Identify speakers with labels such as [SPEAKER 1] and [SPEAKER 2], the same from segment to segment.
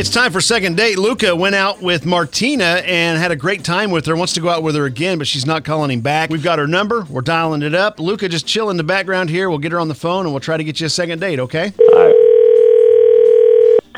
[SPEAKER 1] It's time for second date. Luca went out with Martina and had a great time with her. Wants to go out with her again, but she's not calling him back. We've got her number. We're dialing it up. Luca, just chill in the background here. We'll get her on the phone and we'll try to get you a second date. Okay?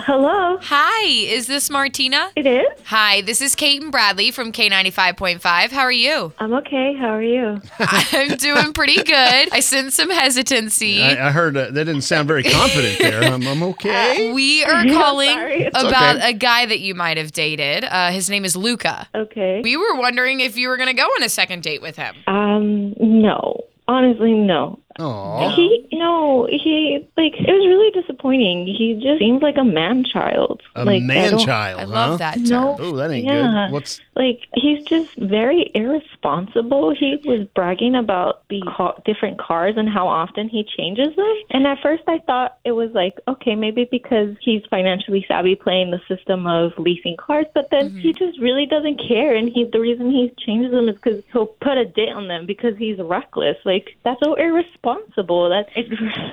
[SPEAKER 2] Hello,
[SPEAKER 3] Hi, is this Martina?
[SPEAKER 2] it is.
[SPEAKER 3] Hi, this is Kate and Bradley from K95.5. How are you?
[SPEAKER 2] I'm okay. How are you?
[SPEAKER 3] I'm doing pretty good. I sense some hesitancy.
[SPEAKER 1] I, I heard uh, that didn't sound very confident there. I'm, I'm okay.
[SPEAKER 3] we are calling
[SPEAKER 2] sorry. It's
[SPEAKER 3] about
[SPEAKER 1] okay.
[SPEAKER 3] a guy that you might have dated. Uh, his name is Luca.
[SPEAKER 2] Okay.
[SPEAKER 3] We were wondering if you were going to go on a second date with him.
[SPEAKER 2] Um, no. Honestly, no.
[SPEAKER 1] Aw.
[SPEAKER 2] He, no, he, like, it was really disappointing. He just seemed like a man child.
[SPEAKER 1] A
[SPEAKER 2] like, I
[SPEAKER 1] man
[SPEAKER 2] don't-
[SPEAKER 1] child.
[SPEAKER 3] I love that term.
[SPEAKER 2] No.
[SPEAKER 1] Oh, that ain't
[SPEAKER 2] Yeah.
[SPEAKER 1] good. What's
[SPEAKER 2] Like, he's just very irresponsible. He was bragging about the ca- different cars and how often he changes them. And at first, I thought it was like, okay, maybe because he's financially savvy playing the system of leasing cars, but then he just really doesn't care. And he, the reason he changes them is because he'll put a date on them because he's reckless. Like, that's so irresponsible. That it,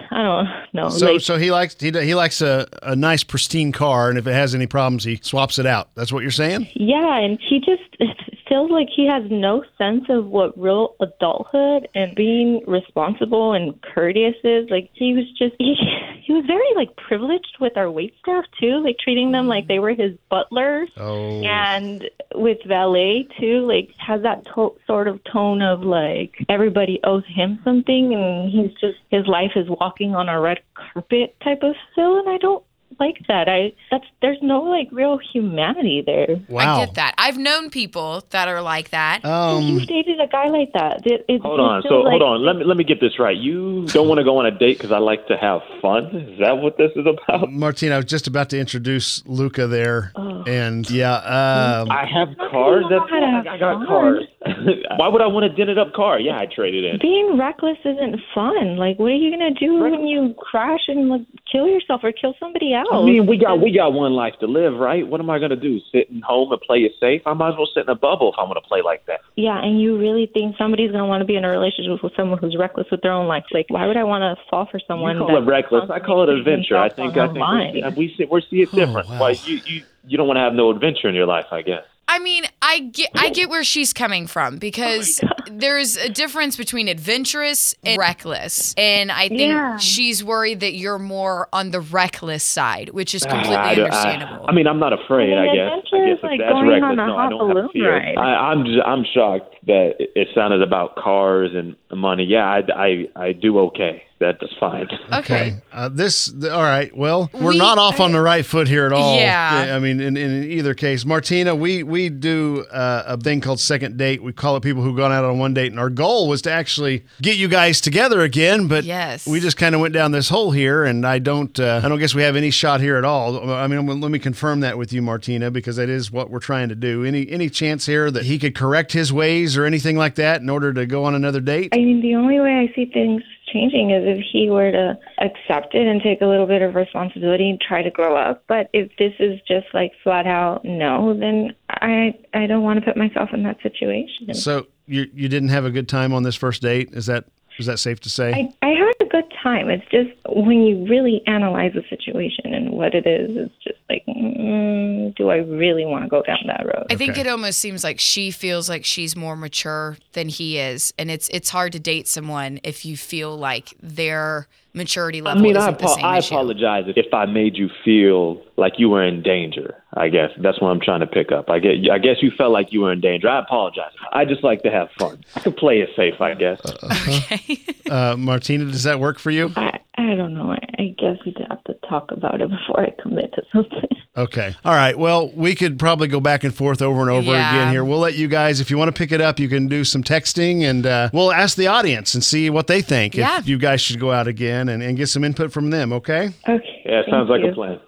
[SPEAKER 2] I don't know.
[SPEAKER 1] so?
[SPEAKER 2] like,
[SPEAKER 1] so he likes he, he likes a, a nice pristine car, and if it has any problems, he swaps it out. That's what you're saying?
[SPEAKER 2] Yeah, and he just it feels like he has no sense of what real adulthood and being responsible and courteous is. Like he was just he, he was very like privileged with our wait staff too, like treating them like they were his butlers.
[SPEAKER 1] Oh.
[SPEAKER 2] And with valet too, like has that to- sort of tone of like everybody owes him something, and he's just his life is walking on a red carpet type of feel, and I don't like that. I that's there's no like real humanity there.
[SPEAKER 1] Wow.
[SPEAKER 3] I get that. I've known people that are like that.
[SPEAKER 1] Um,
[SPEAKER 2] You've dated a guy like that. It, it,
[SPEAKER 4] Hold
[SPEAKER 2] you
[SPEAKER 4] on.
[SPEAKER 2] feel
[SPEAKER 4] So
[SPEAKER 2] like-
[SPEAKER 4] hold on. Let me let me get this right. You don't want to go on a date because I like to have fun. Is that what this is about?
[SPEAKER 1] Martina, I was just about to introduce Luca there, and yeah, um,
[SPEAKER 4] I have cars.
[SPEAKER 2] you
[SPEAKER 4] That's
[SPEAKER 2] know how to
[SPEAKER 4] I
[SPEAKER 2] have
[SPEAKER 4] got
[SPEAKER 2] fun?
[SPEAKER 4] cars. Why would I want a dented up car? Yeah, I traded in.
[SPEAKER 2] Being reckless isn't fun. Like, what are you gonna do when you crash and like kill yourself or kill somebody else?
[SPEAKER 4] I mean, we got we got one life to live, right? What am I gonna do? Sit in home and play it safe? I might as well sit in a bubble if I'm gonna play like that.
[SPEAKER 2] yeah, and you really think somebody's gonna want to be in a relationship with someone who's reckless with their own life? Like, why would I want to fall for
[SPEAKER 4] You
[SPEAKER 2] someone?
[SPEAKER 4] call it
[SPEAKER 2] that's
[SPEAKER 4] reckless. I call it
[SPEAKER 2] constantly putting
[SPEAKER 4] adventure. I
[SPEAKER 2] themselves
[SPEAKER 4] think
[SPEAKER 2] on
[SPEAKER 4] I
[SPEAKER 2] the
[SPEAKER 4] think
[SPEAKER 2] line?
[SPEAKER 4] we see, we see we see it different.
[SPEAKER 1] wow.
[SPEAKER 4] Like you, you you don't want to have no adventure in your life, I guess.
[SPEAKER 3] I mean, I get I get where she's coming from
[SPEAKER 4] Oh
[SPEAKER 3] because there's a difference between adventurous and reckless. And I think
[SPEAKER 2] Yeah.
[SPEAKER 3] she's worried that you're more on the reckless side, which is completely
[SPEAKER 4] Ah, I- I-
[SPEAKER 3] understandable.
[SPEAKER 4] I, mean, I'm not afraid.
[SPEAKER 2] I mean,
[SPEAKER 4] I guess.
[SPEAKER 2] adventure
[SPEAKER 4] I guess
[SPEAKER 2] is
[SPEAKER 4] if
[SPEAKER 2] like
[SPEAKER 4] that's
[SPEAKER 2] going
[SPEAKER 4] reckless.
[SPEAKER 2] on a
[SPEAKER 4] no,
[SPEAKER 2] hot
[SPEAKER 4] I don't
[SPEAKER 2] balloon
[SPEAKER 4] have fear.
[SPEAKER 2] ride.
[SPEAKER 4] I, I'm just, I'm shocked that it- it sounded about cars and money. Yeah, I I, I do okay. That's fine.
[SPEAKER 3] okay.
[SPEAKER 1] Uh, this, th- all right. Well, we're
[SPEAKER 3] We- uh,
[SPEAKER 1] not off on the right foot here at all.
[SPEAKER 3] Yeah.
[SPEAKER 1] I mean, in, in either case, Martina, we we do uh, a thing called second date. We call it people who've gone out on one date, and our goal was to actually get you guys together again. But
[SPEAKER 3] Yes.
[SPEAKER 1] we just kind of went down this hole here, and I don't, uh, I don't guess we have any shot here at all. I mean, let me confirm that with you, Martina, because that is what we're trying to do. Any any chance here that he could correct his ways or anything like that in order to go on another date?
[SPEAKER 2] I mean, the only way I see things changing is if he were to accept it and take a little bit of responsibility and try to grow up. But if this is just like flat out no, then I I don't want to put myself in that situation.
[SPEAKER 1] So you you didn't have a good time on this first date? Is that is that safe to say?
[SPEAKER 2] I, I had a good time. It's just when you really analyze the situation and what it is, it's just like, mm, do I really want to go down that road?
[SPEAKER 3] I think
[SPEAKER 1] Okay.
[SPEAKER 3] it almost seems like she feels like she's more mature than he is, and it's it's hard to date someone if you feel like their maturity
[SPEAKER 4] I
[SPEAKER 3] level
[SPEAKER 4] mean, I,
[SPEAKER 3] isn't the
[SPEAKER 4] apo-
[SPEAKER 3] same
[SPEAKER 4] I
[SPEAKER 3] as you.
[SPEAKER 4] apologize if I made you feel like you were in danger. I guess that's what I'm trying to pick up. I get. I guess you felt like you were in danger. I apologize. I just like to have fun. I could play it safe, I guess.
[SPEAKER 3] Okay.
[SPEAKER 1] Uh, Martina, does that work for you?
[SPEAKER 2] I, I don't know. I, I guess we'd have to talk about it before I commit to something.
[SPEAKER 1] Okay. All right. Well, we could probably go back and forth over and over
[SPEAKER 3] Yeah.
[SPEAKER 1] again here. We'll let you guys, if you want to pick it up, you can do some texting and uh, we'll ask the audience and see what they think
[SPEAKER 3] Yeah.
[SPEAKER 1] if you guys should go out again and, and get some input from them. Okay.
[SPEAKER 2] Okay.
[SPEAKER 4] Yeah, it sounds like
[SPEAKER 2] thank you.
[SPEAKER 4] a plan.